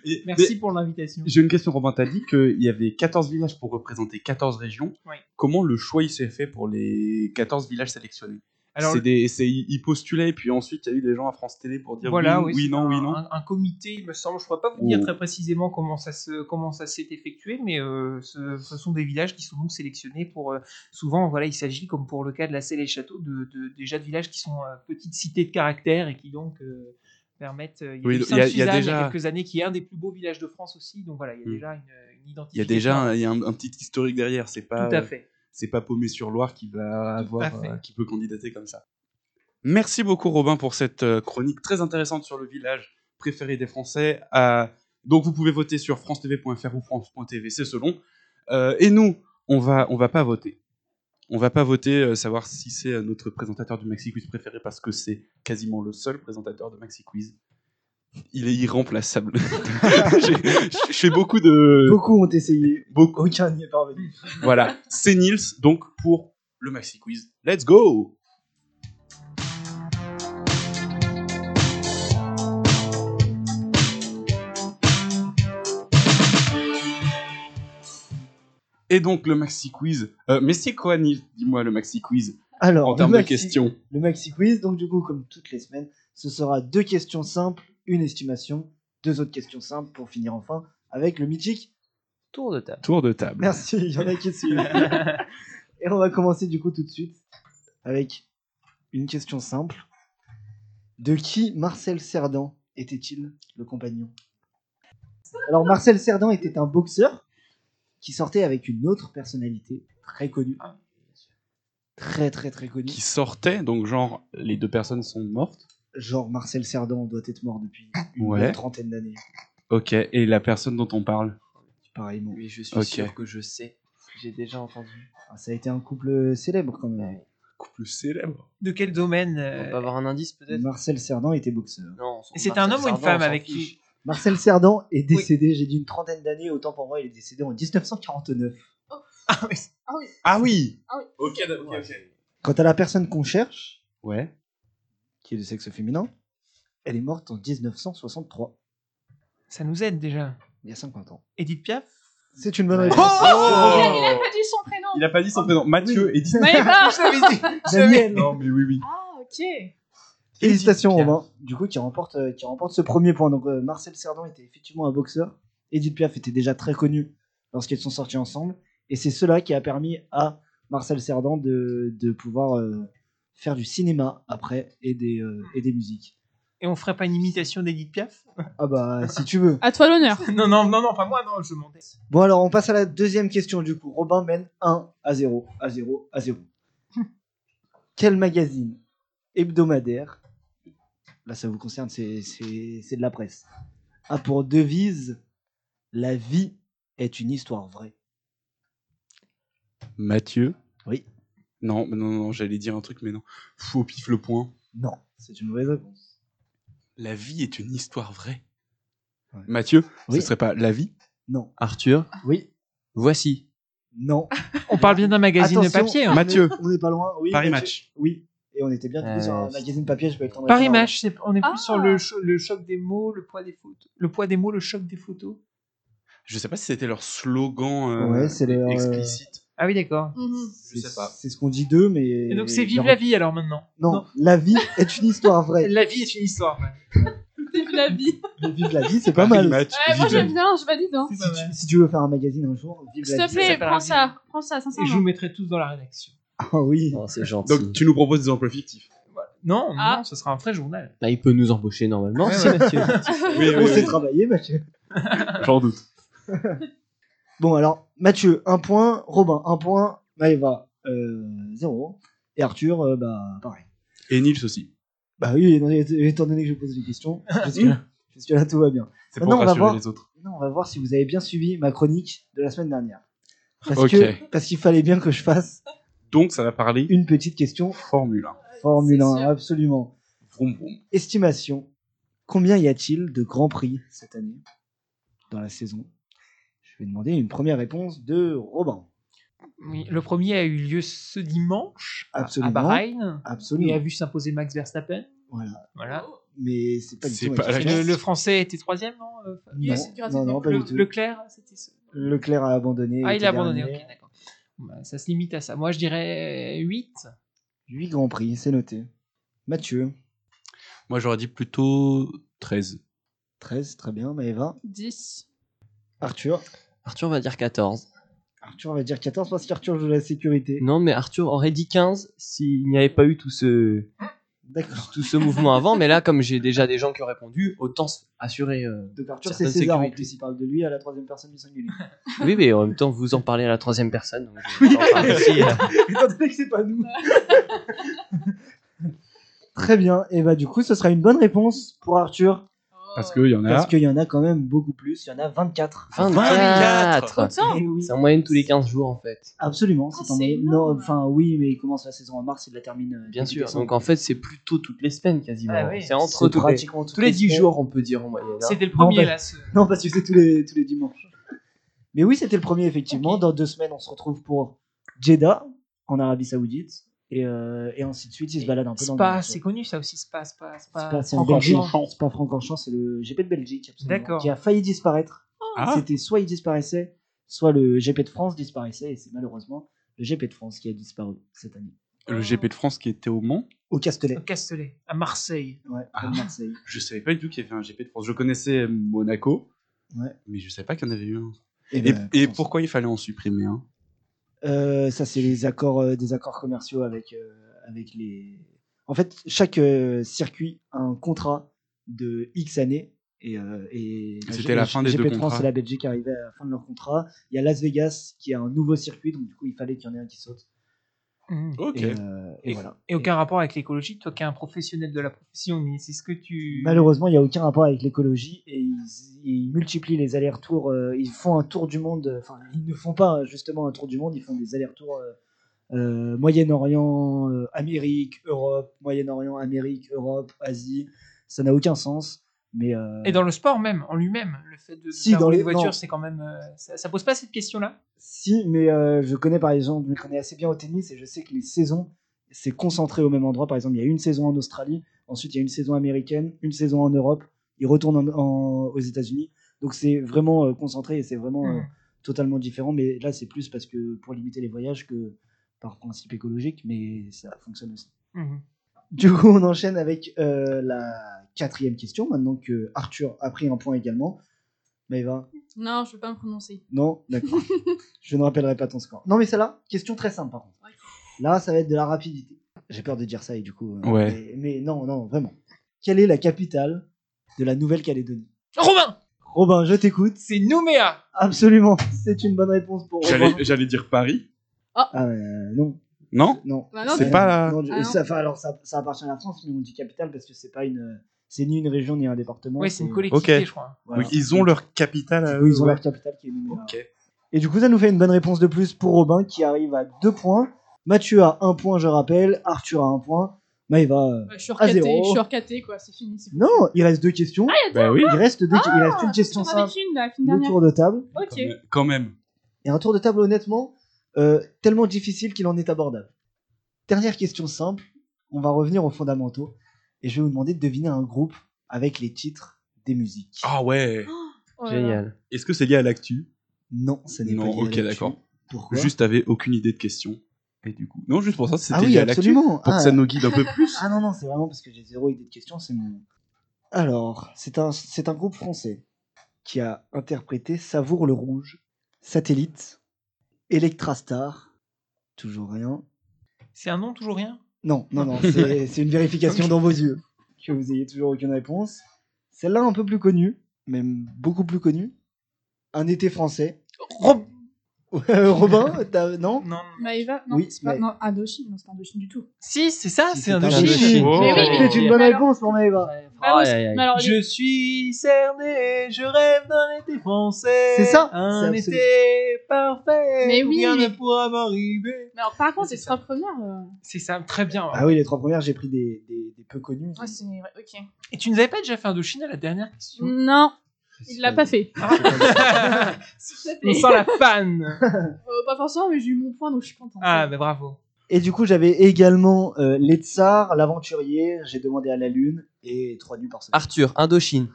[SPEAKER 1] Et-
[SPEAKER 3] Merci pour l'invitation.
[SPEAKER 1] J'ai une question, Robin. T'as dit qu'il y avait 14 villages pour représenter 14 régions.
[SPEAKER 3] Oui.
[SPEAKER 1] Comment le choix il s'est fait pour les 14 villages sélectionnés
[SPEAKER 3] Alors,
[SPEAKER 1] C'est des, c'est- ils postulaient, puis ensuite il y a eu des gens à France Télé pour dire
[SPEAKER 3] voilà,
[SPEAKER 1] oui,
[SPEAKER 3] oui,
[SPEAKER 1] oui,
[SPEAKER 3] c'est
[SPEAKER 1] non,
[SPEAKER 3] un,
[SPEAKER 1] oui, non.
[SPEAKER 3] Un, un comité, il me semble. Je ne pourrais pas vous dire
[SPEAKER 1] Oh.
[SPEAKER 3] très précisément comment ça se comment ça s'est effectué, mais euh, ce, ce sont des villages qui sont donc sélectionnés pour euh, souvent. Voilà, il s'agit comme pour le cas de la Selle et Château de, de- déjà de villages qui sont euh, petites cités de caractère et qui donc euh, permettent. euh, Il y a
[SPEAKER 1] Oui,
[SPEAKER 3] eu
[SPEAKER 1] il y a- il y a
[SPEAKER 3] Sainte-Suzanne il y a
[SPEAKER 1] déjà-
[SPEAKER 3] quelques années, qui est un des plus beaux villages de France aussi. Donc voilà, il y a
[SPEAKER 1] Mm.
[SPEAKER 3] déjà une, une identité.
[SPEAKER 1] Il y a déjà un, il y a un- un petit historique derrière. C'est pas
[SPEAKER 3] Tout à fait.
[SPEAKER 1] c'est pas Paumé sur Loire qui va
[SPEAKER 3] Tout à
[SPEAKER 1] avoir,
[SPEAKER 3] fait.
[SPEAKER 1] euh, qui peut candidater comme ça. Merci beaucoup Robin pour cette euh, chronique très intéressante sur le village préféré des Français. Euh, donc vous pouvez voter sur francetv.fr ou france.tv, c'est selon. Euh, et nous, on va, on va pas voter. On va pas voter, euh, savoir si c'est euh, notre présentateur du Maxi Quiz préféré parce que c'est quasiment le seul présentateur de Maxi Quiz. Il est irremplaçable. J'ai- Je fais beaucoup
[SPEAKER 3] Euh,
[SPEAKER 1] de,
[SPEAKER 4] Beaucoup ont essayé,
[SPEAKER 1] beaucoup,
[SPEAKER 4] aucun n'y est parvenu.
[SPEAKER 1] voilà, c'est Nils donc pour le Maxi Quiz. Let's go Et donc le Maxi Quiz. Euh, mais c'est quoi Nils Dis-moi le Maxi Quiz
[SPEAKER 4] Alors,
[SPEAKER 1] en
[SPEAKER 4] le
[SPEAKER 1] termes de
[SPEAKER 4] maxi-
[SPEAKER 1] questions.
[SPEAKER 4] Le maxi quiz, donc du coup, comme toutes les semaines, ce sera deux questions simples, une estimation, deux autres questions simples pour finir enfin avec le mythique.
[SPEAKER 3] Tour de table.
[SPEAKER 1] Tour de table.
[SPEAKER 4] Merci, il y en a qui suivent. Et on va commencer du coup tout de suite avec une question simple. De qui Marcel Cerdan était-il le compagnon Alors Marcel Cerdan était un boxeur qui sortait avec une autre personnalité très connue. Très très très connue.
[SPEAKER 1] Qui sortait, donc genre les deux personnes sont mortes.
[SPEAKER 4] Genre Marcel Cerdan doit être mort depuis une
[SPEAKER 1] Ouais.
[SPEAKER 4] bonne trentaine d'années.
[SPEAKER 1] Ok, et la personne dont on parle.
[SPEAKER 4] Pareillement.
[SPEAKER 3] Oui, je suis
[SPEAKER 1] Ok.
[SPEAKER 3] sûr que je sais. J'ai déjà entendu.
[SPEAKER 4] Ah, Ça a été un couple célèbre quand même.
[SPEAKER 1] Couple célèbre.
[SPEAKER 3] De quel domaine
[SPEAKER 5] On
[SPEAKER 3] euh,
[SPEAKER 5] peut avoir un indice peut-être
[SPEAKER 4] Marcel Cerdan était boxeur.
[SPEAKER 5] Non. on s'en-
[SPEAKER 3] Et c'était
[SPEAKER 5] Marcel
[SPEAKER 3] un homme ou une
[SPEAKER 5] Cerdan,
[SPEAKER 3] femme
[SPEAKER 5] on s'en
[SPEAKER 3] avec qui
[SPEAKER 5] fiche.
[SPEAKER 4] Marcel Cerdan est décédé, j'ai dit une trentaine d'années, autant pour moi, il est décédé en 1949.
[SPEAKER 1] Ah oui
[SPEAKER 2] Ah oui.
[SPEAKER 1] Ok, ok,
[SPEAKER 5] Ouais.
[SPEAKER 1] ok.
[SPEAKER 4] Quant à la personne qu'on cherche,
[SPEAKER 1] Ouais.
[SPEAKER 4] qui est de sexe féminin, elle est morte en 1963,
[SPEAKER 3] Ça nous aide déjà.
[SPEAKER 4] il y a 50 ans. Oh
[SPEAKER 3] Edith Piaf
[SPEAKER 4] C'est une bonne
[SPEAKER 5] Ouais.
[SPEAKER 4] réponse.
[SPEAKER 2] Il a, il a pas dit son prénom.
[SPEAKER 1] Il a pas dit son prénom. Mathieu et
[SPEAKER 2] Mais
[SPEAKER 5] Ah
[SPEAKER 2] bah,
[SPEAKER 4] Daniel
[SPEAKER 1] Non, mais oui, oui.
[SPEAKER 2] Ah, ok.
[SPEAKER 4] Félicitations
[SPEAKER 3] Edith Piaf.
[SPEAKER 4] Romain, du coup qui remporte, euh, qui remporte ce premier point. Donc euh, Marcel Cerdan était effectivement un boxeur, Edith Piaf était déjà très connue lorsqu'elles sont sorties ensemble, et c'est cela qui a permis à Marcel Cerdan de, de pouvoir euh, faire du cinéma après et des, euh, et des musiques.
[SPEAKER 3] Et on ferait pas une imitation d'Edith Piaf
[SPEAKER 4] Ah bah si tu veux.
[SPEAKER 2] À toi l'honneur.
[SPEAKER 3] Non, non, non, non, pas moi, non, je m'en laisse.
[SPEAKER 4] Bon alors on passe à la deuxième question du coup. Robin mène 1 à 0, à 0, à 0. Quel magazine hebdomadaire, là ça vous concerne, c'est c'est- c'est de la presse, a pour devise La vie est une histoire vraie.
[SPEAKER 1] Mathieu
[SPEAKER 4] Oui.
[SPEAKER 1] Non, mais non, non, j'allais dire un truc, mais non. Pff, au pif le point.
[SPEAKER 4] Non, c'est une mauvaise réponse.
[SPEAKER 1] La vie est une histoire vraie.
[SPEAKER 4] Ouais.
[SPEAKER 1] Mathieu,
[SPEAKER 4] Oui.
[SPEAKER 1] ce serait pas la vie
[SPEAKER 4] Non.
[SPEAKER 5] Arthur,
[SPEAKER 4] Oui.
[SPEAKER 5] voici.
[SPEAKER 4] Non.
[SPEAKER 3] On parle bien d'un magazine de
[SPEAKER 4] Attention,
[SPEAKER 3] papier.
[SPEAKER 4] on
[SPEAKER 3] hein.
[SPEAKER 4] est-
[SPEAKER 1] Mathieu.
[SPEAKER 4] On n'est pas loin. Oui,
[SPEAKER 1] Paris
[SPEAKER 4] Mathieu.
[SPEAKER 1] Match.
[SPEAKER 4] Oui. Et on était bien du coup,
[SPEAKER 5] Euh,
[SPEAKER 4] sur un magazine papier, je peux être en
[SPEAKER 3] Paris
[SPEAKER 4] référent.
[SPEAKER 3] Match, c'est- on est
[SPEAKER 2] Ah.
[SPEAKER 3] plus sur le, cho- le choc des mots, le poids des photos. Le poids des mots, le choc des photos.
[SPEAKER 1] Je sais pas si c'était leur slogan euh,
[SPEAKER 4] Ouais, c'est leur, euh,
[SPEAKER 1] explicite.
[SPEAKER 3] Ah oui, d'accord.
[SPEAKER 2] Mhm.
[SPEAKER 4] C'est-
[SPEAKER 1] sais pas.
[SPEAKER 4] C'est ce qu'on dit d'eux, mais.
[SPEAKER 3] Et donc c'est vive la vie alors maintenant.
[SPEAKER 4] Non, la vie est une histoire vraie.
[SPEAKER 3] La vie est une histoire. ouais.
[SPEAKER 2] Vive la vie.
[SPEAKER 4] Mais vive la vie, c'est pas
[SPEAKER 1] Paris
[SPEAKER 4] mal.
[SPEAKER 1] Match.
[SPEAKER 2] Ouais,
[SPEAKER 1] vive
[SPEAKER 2] moi
[SPEAKER 1] la
[SPEAKER 2] j'aime
[SPEAKER 1] vie.
[SPEAKER 2] bien, je valide. hein.
[SPEAKER 3] C'est
[SPEAKER 4] si,
[SPEAKER 3] pas
[SPEAKER 4] tu,
[SPEAKER 3] mal.
[SPEAKER 4] si tu veux faire un magazine un jour, vive
[SPEAKER 2] S'il
[SPEAKER 4] la
[SPEAKER 2] te
[SPEAKER 4] vie.
[SPEAKER 2] plaît,
[SPEAKER 3] s'appelle la
[SPEAKER 2] prends
[SPEAKER 3] vie.
[SPEAKER 2] ça. Prends ça,
[SPEAKER 3] Et je vous
[SPEAKER 2] sincèrement.
[SPEAKER 3] mettrai tous dans la rédaction.
[SPEAKER 4] Ah oui.
[SPEAKER 5] Oh, c'est gentil.
[SPEAKER 1] Donc tu nous proposes des emplois fictifs.
[SPEAKER 3] Voilà. Non,
[SPEAKER 2] Ah.
[SPEAKER 3] non, ce sera un vrai journal.
[SPEAKER 5] Bah, il peut nous embaucher normalement,
[SPEAKER 3] Ouais,
[SPEAKER 5] c'est
[SPEAKER 3] ouais.
[SPEAKER 5] Mathieu.
[SPEAKER 1] Oui,
[SPEAKER 4] On sait travailler, Mathieu.
[SPEAKER 1] j'en doute.
[SPEAKER 4] Bon, alors, Mathieu, un point. Robin, un point. Maëva, euh, zéro. Et Arthur, euh, bah, pareil.
[SPEAKER 1] Et Nils aussi.
[SPEAKER 4] Bah oui, non, étant donné que je pose des questions, jusque-là, jusque-là, tout va bien.
[SPEAKER 1] C'est pour
[SPEAKER 4] Maintenant, on va
[SPEAKER 1] rassurer
[SPEAKER 4] voir.
[SPEAKER 1] les autres.
[SPEAKER 4] Maintenant, on va voir si vous avez bien suivi ma chronique de la semaine dernière. Parce
[SPEAKER 1] Ok.
[SPEAKER 4] que- parce qu'il fallait bien que je fasse
[SPEAKER 1] Donc ça va parler une
[SPEAKER 4] une petite question
[SPEAKER 1] formule. hein.
[SPEAKER 4] Formule
[SPEAKER 2] Ah, c'est
[SPEAKER 4] 1,
[SPEAKER 2] sûr.
[SPEAKER 4] absolument.
[SPEAKER 1] Vroom, vroom.
[SPEAKER 4] Estimation. Combien y a-t-il de grands prix cette année dans la saison Je vais demander une première réponse de Robin.
[SPEAKER 3] Oui, le premier a eu lieu ce dimanche à- à
[SPEAKER 4] Absolument.
[SPEAKER 3] Bahreïn. Et a
[SPEAKER 4] Absolument.
[SPEAKER 3] vu s'imposer Max Verstappen.
[SPEAKER 4] Voilà.
[SPEAKER 3] Voilà. Oh,
[SPEAKER 4] Mais c'est pas du
[SPEAKER 1] C'est
[SPEAKER 4] tout. ma
[SPEAKER 1] pas la
[SPEAKER 3] Et
[SPEAKER 4] question.
[SPEAKER 3] le, le français était troisième, non euh,
[SPEAKER 4] Non,
[SPEAKER 3] Fabien
[SPEAKER 4] non, non, pas
[SPEAKER 3] Le-
[SPEAKER 4] du tout.
[SPEAKER 3] Leclerc, c'était ce-
[SPEAKER 4] Leclerc a abandonné.
[SPEAKER 3] Ah, il
[SPEAKER 4] était
[SPEAKER 3] a abandonné,
[SPEAKER 4] dernier.
[SPEAKER 3] ok, d'accord. Bah, ça se limite à ça. Moi, je dirais 8.
[SPEAKER 4] Huit grands prix, c'est noté. Mathieu,
[SPEAKER 1] Moi j'aurais dit plutôt 13.
[SPEAKER 4] 13, très bien. Maëva,
[SPEAKER 2] 10.
[SPEAKER 4] Arthur.
[SPEAKER 5] Arthur va dire 14.
[SPEAKER 4] Arthur va dire 14
[SPEAKER 3] Mm.
[SPEAKER 4] parce qu'Arthur joue la sécurité.
[SPEAKER 5] Non, mais Arthur aurait dit 15 s'il n'y avait pas eu tout ce,
[SPEAKER 4] D'accord.
[SPEAKER 5] tout ce mouvement avant, mais là, comme j'ai déjà des gens qui ont répondu, autant s- assurer. euh.
[SPEAKER 4] Donc Arthur, c'est
[SPEAKER 5] Certaines
[SPEAKER 4] César en
[SPEAKER 5] sécurités.
[SPEAKER 4] plus, il parle de lui à la troisième personne du singulier.
[SPEAKER 5] Oui, mais en même temps, vous en parlez à la troisième personne. donc je vais en parler aussi, euh.
[SPEAKER 4] Étant donné que c'est pas nous. Très bien, et bah du coup, ce sera une bonne réponse pour Arthur,
[SPEAKER 2] Oh.
[SPEAKER 1] Parce qu'il y en
[SPEAKER 4] parce
[SPEAKER 1] a.
[SPEAKER 4] qu'il y en a quand même beaucoup plus, il y en a 24.
[SPEAKER 5] Ah 24
[SPEAKER 2] Autant
[SPEAKER 4] Eh oui,
[SPEAKER 5] C'est en moyenne tous les 15 jours, en fait.
[SPEAKER 4] Absolument,
[SPEAKER 2] Ah,
[SPEAKER 4] c'est en
[SPEAKER 2] c'est
[SPEAKER 4] mai. Non,
[SPEAKER 2] énorme.
[SPEAKER 4] enfin oui, mais il commence la saison en mars, il la termine. euh,
[SPEAKER 5] Bien
[SPEAKER 4] début
[SPEAKER 5] sûr.
[SPEAKER 4] décembre.
[SPEAKER 5] Donc, en fait, c'est plutôt toutes les semaines quasiment.
[SPEAKER 3] Ah oui.
[SPEAKER 5] C'est
[SPEAKER 4] C'est
[SPEAKER 5] entre tous les,
[SPEAKER 4] pratiquement
[SPEAKER 5] tous les 10
[SPEAKER 4] semaines.
[SPEAKER 5] jours, on peut dire en moyenne. hein.
[SPEAKER 3] C'était le
[SPEAKER 4] Non,
[SPEAKER 3] premier
[SPEAKER 4] bah-
[SPEAKER 3] là. ce-
[SPEAKER 4] Non, parce que c'est tous les, tous les dimanches. Mais oui, c'était le premier, effectivement. Dans deux semaines, on se retrouve pour Jeddah, en Arabie Saoudite. Et, euh, et ainsi de suite, il se balade un peu dans le
[SPEAKER 3] Spa,
[SPEAKER 4] monde.
[SPEAKER 3] c'est connu ça aussi, Spa, Spa, Spa.
[SPEAKER 4] Spa, c'est en
[SPEAKER 3] Francorchamps.
[SPEAKER 4] Belgique. C'est pas Francorchamps, c'est le GP de Belgique, absolument,
[SPEAKER 3] D'accord.
[SPEAKER 4] qui a failli disparaître.
[SPEAKER 1] Ah.
[SPEAKER 4] C'était soit il disparaissait, soit le GP de France disparaissait, et c'est malheureusement le GP de France qui a disparu cette année.
[SPEAKER 1] Ah, Le GP de France qui était au Mans.
[SPEAKER 4] Au Castelet,
[SPEAKER 3] Au Castellet, à Marseille.
[SPEAKER 4] ouais,
[SPEAKER 1] Ah.
[SPEAKER 4] à Marseille.
[SPEAKER 1] Je savais pas du tout qu'il y avait un GP de France. Je connaissais Monaco.
[SPEAKER 4] Ouais.
[SPEAKER 1] Mais je savais pas qu'il y en avait eu un.
[SPEAKER 4] Et,
[SPEAKER 1] Et,
[SPEAKER 4] ben,
[SPEAKER 1] et
[SPEAKER 4] pourtant,
[SPEAKER 1] pourquoi il fallait en supprimer un
[SPEAKER 4] Euh, ça, c'est les accords, euh, des accords commerciaux avec, euh, avec les. En fait, chaque euh, circuit a un contrat de X années. Et, euh, et
[SPEAKER 1] C'était la fin des
[SPEAKER 4] GP
[SPEAKER 1] deux
[SPEAKER 4] de France
[SPEAKER 1] contrats.
[SPEAKER 4] et la Belgique arrivaient à la fin de leur contrat. Il y a Las Vegas qui a un nouveau circuit, donc du coup, il fallait qu'il y en ait un qui saute.
[SPEAKER 3] Mhm.
[SPEAKER 1] Ok.
[SPEAKER 4] Et, euh, et voilà.
[SPEAKER 3] Et aucun rapport avec l'écologie, toi qui es un professionnel de la profession, mais c'est ce que tu.
[SPEAKER 4] Malheureusement, il n'y a aucun rapport avec l'écologie et ils, ils multiplient les allers-retours. euh, ils font un tour du monde. euh, Enfin, ils ne font pas euh, justement un tour du monde. Ils font des allers-retours euh, euh, Moyen-Orient, euh, Amérique, Europe, Moyen-Orient, Amérique, Europe, Asie. Ça n'a aucun sens. Mais euh,
[SPEAKER 3] Et dans le sport même, en lui-même, le fait de
[SPEAKER 4] Si,
[SPEAKER 3] faire
[SPEAKER 4] dans
[SPEAKER 3] rouler
[SPEAKER 4] les-
[SPEAKER 3] une voiture,
[SPEAKER 4] non.
[SPEAKER 3] c'est quand même. euh, ça, ça pose pas cette question-là.
[SPEAKER 4] si, mais euh, je connais par exemple, je me connais assez bien au tennis et je sais que les saisons, c'est concentré au même endroit. Par exemple, il y a une saison en Australie, ensuite il y a une saison américaine, une saison en Europe. Ils retournent en- en- aux États-Unis. Donc c'est vraiment euh, concentré et c'est vraiment euh,
[SPEAKER 3] Mhm.
[SPEAKER 4] totalement différent. Mais là, c'est plus parce que pour limiter les voyages que par principe écologique, mais ça fonctionne aussi.
[SPEAKER 3] Mhm.
[SPEAKER 4] Du coup, on enchaîne avec euh, la quatrième question. Maintenant que Arthur a pris un point également, Maëva,
[SPEAKER 2] Non, je peux pas me prononcer.
[SPEAKER 4] non, d'accord. je ne rappellerai pas ton score. Non, mais celle-là, question très simple par contre.
[SPEAKER 2] Ouais.
[SPEAKER 4] Là, ça va être de la rapidité. J'ai peur de dire ça et du coup. euh,
[SPEAKER 1] Ouais.
[SPEAKER 4] Mais, mais non, non, vraiment. Quelle est la capitale de la Nouvelle-Calédonie
[SPEAKER 3] Robin
[SPEAKER 4] Robin, je t'écoute.
[SPEAKER 3] C'est Nouméa
[SPEAKER 4] Absolument, c'est une bonne réponse pour Robin.
[SPEAKER 1] J'allais j'allais dire Paris.
[SPEAKER 4] Ah, euh, non,
[SPEAKER 1] Non
[SPEAKER 4] Non.
[SPEAKER 2] Bah non,
[SPEAKER 1] C'est
[SPEAKER 4] Euh,
[SPEAKER 1] pas la-
[SPEAKER 4] non, je-
[SPEAKER 2] Ah non.
[SPEAKER 4] ça- enfin, alors ça, ça appartient à la France, mais on dit capitale parce que c'est pas une, euh, c'est ni une région ni un département. euh,
[SPEAKER 3] Ouais, c'est une collectivité,
[SPEAKER 1] Ok.
[SPEAKER 3] je crois.
[SPEAKER 4] voilà.
[SPEAKER 1] Donc, ils ont leur capitale à
[SPEAKER 4] Du coup,
[SPEAKER 1] eux,
[SPEAKER 4] Euh, ils ont
[SPEAKER 1] ouais.
[SPEAKER 4] leur capitale qui est Nouméa.
[SPEAKER 1] Ok.
[SPEAKER 4] Et du coup, ça nous fait une bonne réponse de plus pour Robin qui arrive à 2 points. Mathieu a 1 point, je rappelle. Arthur a 1 point. Maëva. euh,
[SPEAKER 2] Ouais, je suis hors
[SPEAKER 4] À
[SPEAKER 2] KT,
[SPEAKER 4] zéro.
[SPEAKER 2] je suis hors KT, quoi, c'est fini. c'est fini.
[SPEAKER 4] Non, il reste deux questions.
[SPEAKER 1] Bah oui.
[SPEAKER 4] Il reste, deux... il reste une question
[SPEAKER 2] J'en avais
[SPEAKER 4] simple,
[SPEAKER 2] qu'une, la fin
[SPEAKER 4] deux
[SPEAKER 2] dernière.
[SPEAKER 4] tours de table.
[SPEAKER 2] Ok.
[SPEAKER 1] Quand même.
[SPEAKER 4] Et un tour de table, honnêtement, euh, tellement difficile qu'il en est abordable. Dernière question simple, on va revenir aux fondamentaux. Et je vais vous demander de deviner un groupe avec les titres des musiques.
[SPEAKER 1] Ah ouais.
[SPEAKER 2] Oh là là.
[SPEAKER 5] Génial.
[SPEAKER 1] Est-ce que c'est lié à l'actu
[SPEAKER 4] Non, ce n'est pas
[SPEAKER 1] Non,
[SPEAKER 4] lié
[SPEAKER 1] ok,
[SPEAKER 4] à l'actu.
[SPEAKER 1] d'accord.
[SPEAKER 4] Pourquoi
[SPEAKER 1] Juste, t'avais aucune idée de question. Et du coup. Non, juste pour ça, c'était
[SPEAKER 4] Ah oui,
[SPEAKER 1] lié à l'actu.
[SPEAKER 4] absolument.
[SPEAKER 1] Pour
[SPEAKER 4] Ah,
[SPEAKER 1] que ça nous guide un peu plus.
[SPEAKER 4] ah non, non, c'est vraiment parce que j'ai zéro idée de question, c'est mon... Alors, c'est un, c'est un groupe français qui a interprété Savoure le Rouge, Satellite, Electrastar, toujours rien,
[SPEAKER 3] C'est un nom, toujours rien
[SPEAKER 4] Non, non, non, c'est c'est une vérification dans vos yeux que vous ayez toujours aucune réponse. Celle-là, un peu plus connue, même beaucoup plus connue. Un été français.
[SPEAKER 3] Rob-
[SPEAKER 4] Euh, Robin, t'as- non
[SPEAKER 3] Non.
[SPEAKER 2] Euh, Maëva Non,
[SPEAKER 4] Oui,
[SPEAKER 2] c'est pas.
[SPEAKER 4] mais-
[SPEAKER 2] Non, Indochine, non, c'est pas Indochine du tout.
[SPEAKER 3] Si, c'est ça,
[SPEAKER 4] Si,
[SPEAKER 3] c'est un
[SPEAKER 4] c'est
[SPEAKER 5] Indochine.
[SPEAKER 3] Indochine.
[SPEAKER 1] Oh.
[SPEAKER 2] Mais oui, mais-
[SPEAKER 4] C'est une
[SPEAKER 2] mais
[SPEAKER 4] bonne
[SPEAKER 2] alors-
[SPEAKER 4] réponse pour Maëva.
[SPEAKER 2] Bah oui,
[SPEAKER 5] Aïe, aïe, aïe.
[SPEAKER 2] mais alors,
[SPEAKER 3] Je suis cerné, je rêve d'un été français.
[SPEAKER 4] C'est ça,
[SPEAKER 3] Un
[SPEAKER 4] c'est
[SPEAKER 3] été parfait.
[SPEAKER 2] Mais oui.
[SPEAKER 3] Rien ne pourra m'arriver.
[SPEAKER 2] mais alors, par contre,
[SPEAKER 3] C'est
[SPEAKER 2] les
[SPEAKER 3] ça.
[SPEAKER 2] trois premières. euh,
[SPEAKER 3] C'est ça, très bien.
[SPEAKER 4] Ah oui, les trois premières, j'ai pris des, des- des peu connues.
[SPEAKER 2] Ouais, c'est. ouais, Ok.
[SPEAKER 3] Et tu nous avais pas déjà fait Indochine à la dernière question
[SPEAKER 2] Non, il l'a pas fait.
[SPEAKER 3] On sent la fan.
[SPEAKER 2] Euh, pas forcément, mais j'ai eu mon point, donc je suis contente.
[SPEAKER 3] Ah, mais bravo.
[SPEAKER 4] Et du coup, j'avais également euh, les tsars, l'aventurier, j'ai demandé à la lune et trois nuits par semaine.
[SPEAKER 5] Arthur, Indochine.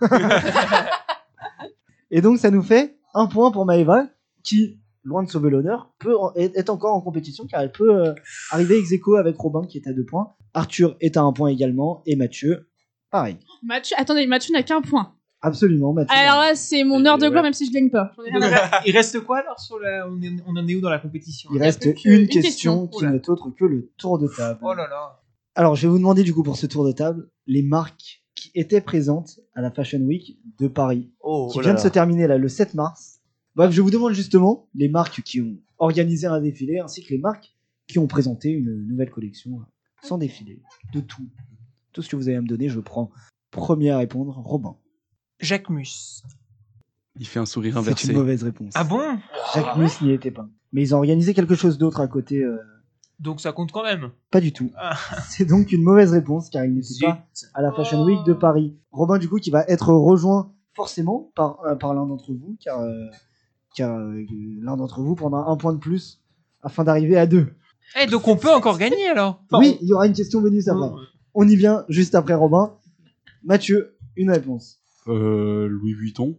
[SPEAKER 4] Et donc, ça nous fait un point pour Maëva, qui, loin de sauver l'honneur, peut en- est, est encore en compétition car elle peut euh, arriver ex aequo avec Robin qui est à deux points. Arthur est à un point également et Mathieu, pareil.
[SPEAKER 2] Mathieu, attendez, Mathieu n'a qu'un point.
[SPEAKER 4] Absolument, Mathieu.
[SPEAKER 2] Alors là, c'est mon
[SPEAKER 1] Et
[SPEAKER 2] heure de
[SPEAKER 1] ouais.
[SPEAKER 2] gloire, même si je gagne pas. J'en ai rien à faire.
[SPEAKER 3] Il reste quoi alors sur la... on, est- on en est où dans la compétition
[SPEAKER 4] Il
[SPEAKER 3] là
[SPEAKER 4] reste
[SPEAKER 2] plus que-
[SPEAKER 4] euh, une
[SPEAKER 2] une
[SPEAKER 4] question
[SPEAKER 2] question.
[SPEAKER 4] qui
[SPEAKER 3] Oula.
[SPEAKER 4] n'est autre que le tour de table.
[SPEAKER 3] Oh là là.
[SPEAKER 4] Alors, je vais vous demander du coup pour ce tour de table les marques qui étaient présentes à la Fashion Week de Paris,
[SPEAKER 5] Oh,
[SPEAKER 4] qui vient de se terminer là le 7 mars. Bref, je vous demande justement les marques qui ont organisé un défilé ainsi que les marques qui ont présenté une nouvelle collection euh, sans défilé, de tout. Tout ce que vous allez me donner, je prends. Premier à répondre, Robin.
[SPEAKER 3] Jacques Mus.
[SPEAKER 1] Il fait un sourire
[SPEAKER 4] C'est
[SPEAKER 1] inversé.
[SPEAKER 4] une mauvaise réponse.
[SPEAKER 3] Ah bon
[SPEAKER 4] Jacques Mus n'y était pas. Mais ils ont organisé quelque chose d'autre à côté. euh,
[SPEAKER 3] Donc ça compte quand même.
[SPEAKER 4] Pas du tout.
[SPEAKER 3] Ah.
[SPEAKER 4] C'est donc une mauvaise réponse car il n'était
[SPEAKER 3] Zut.
[SPEAKER 4] pas à la Fashion Week de Paris. Robin, du coup, qui va être rejoint forcément par, euh, par l'un d'entre vous, car, euh, car, euh, l'un d'entre vous prendra un point de plus afin d'arriver à deux.
[SPEAKER 3] Eh, donc on peut encore gagner alors
[SPEAKER 4] Oui, il y aura une question bonus après. On y vient juste après Robin. Mathieu, une réponse.
[SPEAKER 1] Euh, Louis Vuitton.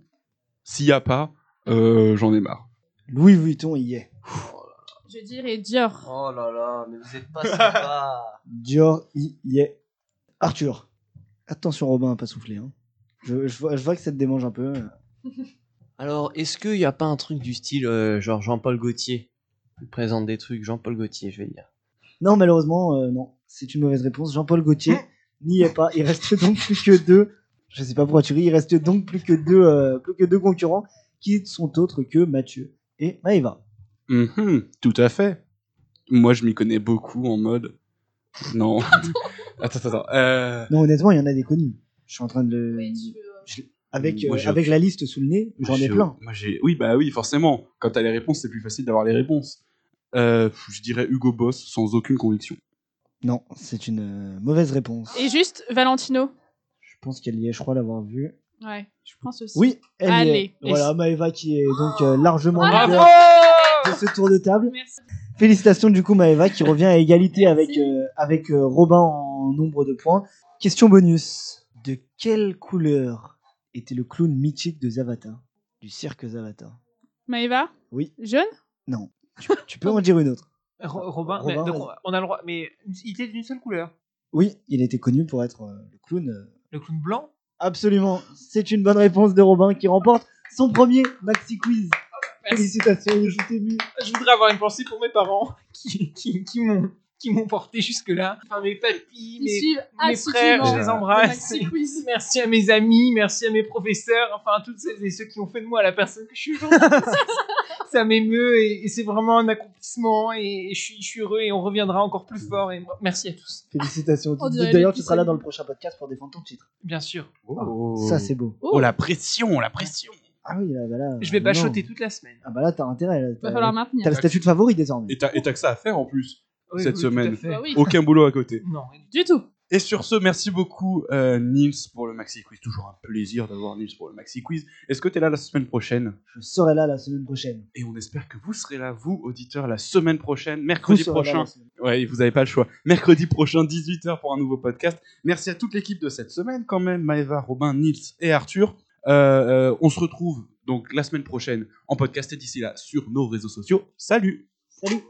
[SPEAKER 1] S'il n'y a pas, euh, j'en ai marre.
[SPEAKER 4] Louis Vuitton y est.
[SPEAKER 2] Je dirais Dior.
[SPEAKER 5] Oh là là, mais vous êtes pas sympa.
[SPEAKER 4] Dior y y est. Arthur, attention Robin, à pas souffler. hein. Je, je vois, je vois que ça te démange un peu. euh.
[SPEAKER 5] Alors, est-ce qu'il n'y a pas un truc du style euh, genre Jean-Paul Gaultier Il présente des trucs, Jean-Paul Gaultier, je vais dire.
[SPEAKER 4] Non, malheureusement, euh, non. C'est une mauvaise réponse. Jean-Paul Gaultier
[SPEAKER 2] Hein
[SPEAKER 4] n'y est pas. Il reste donc plus que deux. Je sais pas pourquoi tu ris. Il reste donc plus que deux, euh, plus que deux concurrents qui ne sont autres que Mathieu et Maëva.
[SPEAKER 1] Mhm, tout à fait. Moi, je m'y connais beaucoup en mode. Non. attends, attends, attends. Euh,
[SPEAKER 4] Non, honnêtement, il y en a des connus. Je suis en train de le.
[SPEAKER 2] Oui, tu, euh,
[SPEAKER 4] Avec,
[SPEAKER 1] Moi,
[SPEAKER 4] euh,
[SPEAKER 1] j'ai-
[SPEAKER 4] avec la liste sous le nez, j'en ai
[SPEAKER 1] j'ai-
[SPEAKER 4] plein.
[SPEAKER 1] Moi, j'ai... Oui, bah oui, forcément. Quand t'as les réponses, c'est plus facile d'avoir les réponses. Euh, je dirais Hugo Boss sans aucune conviction.
[SPEAKER 4] Non, c'est une euh, mauvaise réponse.
[SPEAKER 2] Et juste Valentino.
[SPEAKER 4] Je pense qu'elle y est, je crois l'avoir vu.
[SPEAKER 2] Ouais, je pense aussi.
[SPEAKER 4] Oui, elle y est.
[SPEAKER 2] Allez. Oh
[SPEAKER 4] Voilà, Maëva qui est donc euh, largement
[SPEAKER 3] Bravo
[SPEAKER 4] leader de ce tour de table.
[SPEAKER 2] Merci.
[SPEAKER 4] Félicitations du coup Maëva qui revient à égalité
[SPEAKER 2] Merci.
[SPEAKER 4] avec, euh, avec euh, Robin en nombre de points. Question bonus. De quelle couleur était le clown mythique de Zavata Du cirque Zavata.
[SPEAKER 2] Maëva
[SPEAKER 4] Oui.
[SPEAKER 2] Jeune
[SPEAKER 4] Non. Tu, tu peux en dire une autre.
[SPEAKER 3] Ro- Robin,
[SPEAKER 4] Robin,
[SPEAKER 3] mais donc,
[SPEAKER 4] vas-y.
[SPEAKER 3] on a le droit. Mais il était d'une seule couleur.
[SPEAKER 4] Oui, il était connu pour être euh, le clown. euh,
[SPEAKER 3] Le clown blanc
[SPEAKER 4] Absolument. C'est une bonne réponse de Robin qui remporte son premier Maxi Quiz.
[SPEAKER 2] Ah,
[SPEAKER 4] Félicitations, il est juste ému.
[SPEAKER 3] Je voudrais avoir une pensée pour mes parents qui, qui, qui m'ont qui m'ont porté jusque-là. Enfin, mes papis,
[SPEAKER 2] Ils
[SPEAKER 3] mes,
[SPEAKER 2] suivent
[SPEAKER 3] mes frères, je
[SPEAKER 2] assidûment
[SPEAKER 3] les
[SPEAKER 2] le
[SPEAKER 3] embrasse.
[SPEAKER 2] Maxi Quiz.
[SPEAKER 3] Merci à mes amis, merci à mes professeurs, enfin à toutes celles et ceux qui ont fait de moi la personne que je suis aujourd'hui. Ça- ça m'émeut et, et c'est vraiment un accomplissement et, je, suis, je suis heureux et on reviendra encore plus fort. Et merci à tous,
[SPEAKER 4] Félicitations.
[SPEAKER 2] On dirait
[SPEAKER 4] D'ailleurs,
[SPEAKER 2] les
[SPEAKER 4] tu seras là
[SPEAKER 2] petits
[SPEAKER 4] dans le prochain podcast pour défendre ton titre.
[SPEAKER 3] bien sûr.
[SPEAKER 4] Ça, c'est beau.
[SPEAKER 1] Oh, la pression, la pression.
[SPEAKER 4] Ah oui, là, bah là,
[SPEAKER 3] Je vais
[SPEAKER 4] non.
[SPEAKER 3] bachoter toute la semaine.
[SPEAKER 4] Ah bah là, t'as intérêt. Là,
[SPEAKER 2] Va
[SPEAKER 4] t'as-
[SPEAKER 2] falloir
[SPEAKER 4] T'as
[SPEAKER 2] maintenir.
[SPEAKER 4] le statut de favori désormais.
[SPEAKER 1] Et t'as, et t'as que ça à faire en plus.
[SPEAKER 3] Oui,
[SPEAKER 1] Cette
[SPEAKER 3] oui, tout à
[SPEAKER 1] semaine.
[SPEAKER 3] fait.
[SPEAKER 2] Bah oui.
[SPEAKER 1] Aucun boulot à côté.
[SPEAKER 3] Non,
[SPEAKER 2] Du tout.
[SPEAKER 1] Et sur ce, merci beaucoup euh, Nils pour le Maxi Quiz. Toujours un plaisir d'avoir Nils pour le Maxi Quiz. Est-ce que t'es là la semaine prochaine
[SPEAKER 4] Je serai là la semaine prochaine.
[SPEAKER 1] Et on espère que vous serez là, vous, auditeurs, la semaine prochaine,
[SPEAKER 4] Vous
[SPEAKER 1] mercredi
[SPEAKER 4] serez là la
[SPEAKER 1] prochain.
[SPEAKER 4] semaine-
[SPEAKER 1] Ouais, vous n'avez pas le choix. Mercredi prochain, 18h pour un nouveau podcast. Merci à toute l'équipe de cette semaine quand même, Maëva, Robin, Nils et Arthur. Euh, euh, on se retrouve donc la semaine prochaine en podcast et d'ici là sur nos réseaux sociaux. Salut
[SPEAKER 4] Salut